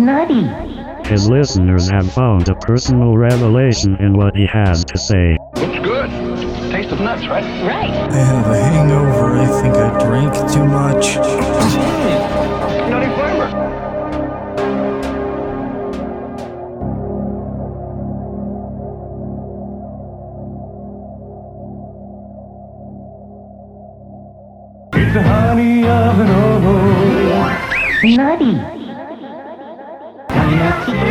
nutty. His listeners have found a personal revelation in what he has to say. It's good. Taste of nuts, right? Right. I have a hangover. I think I drank too much. Nutty flavor. Nutty. A nutty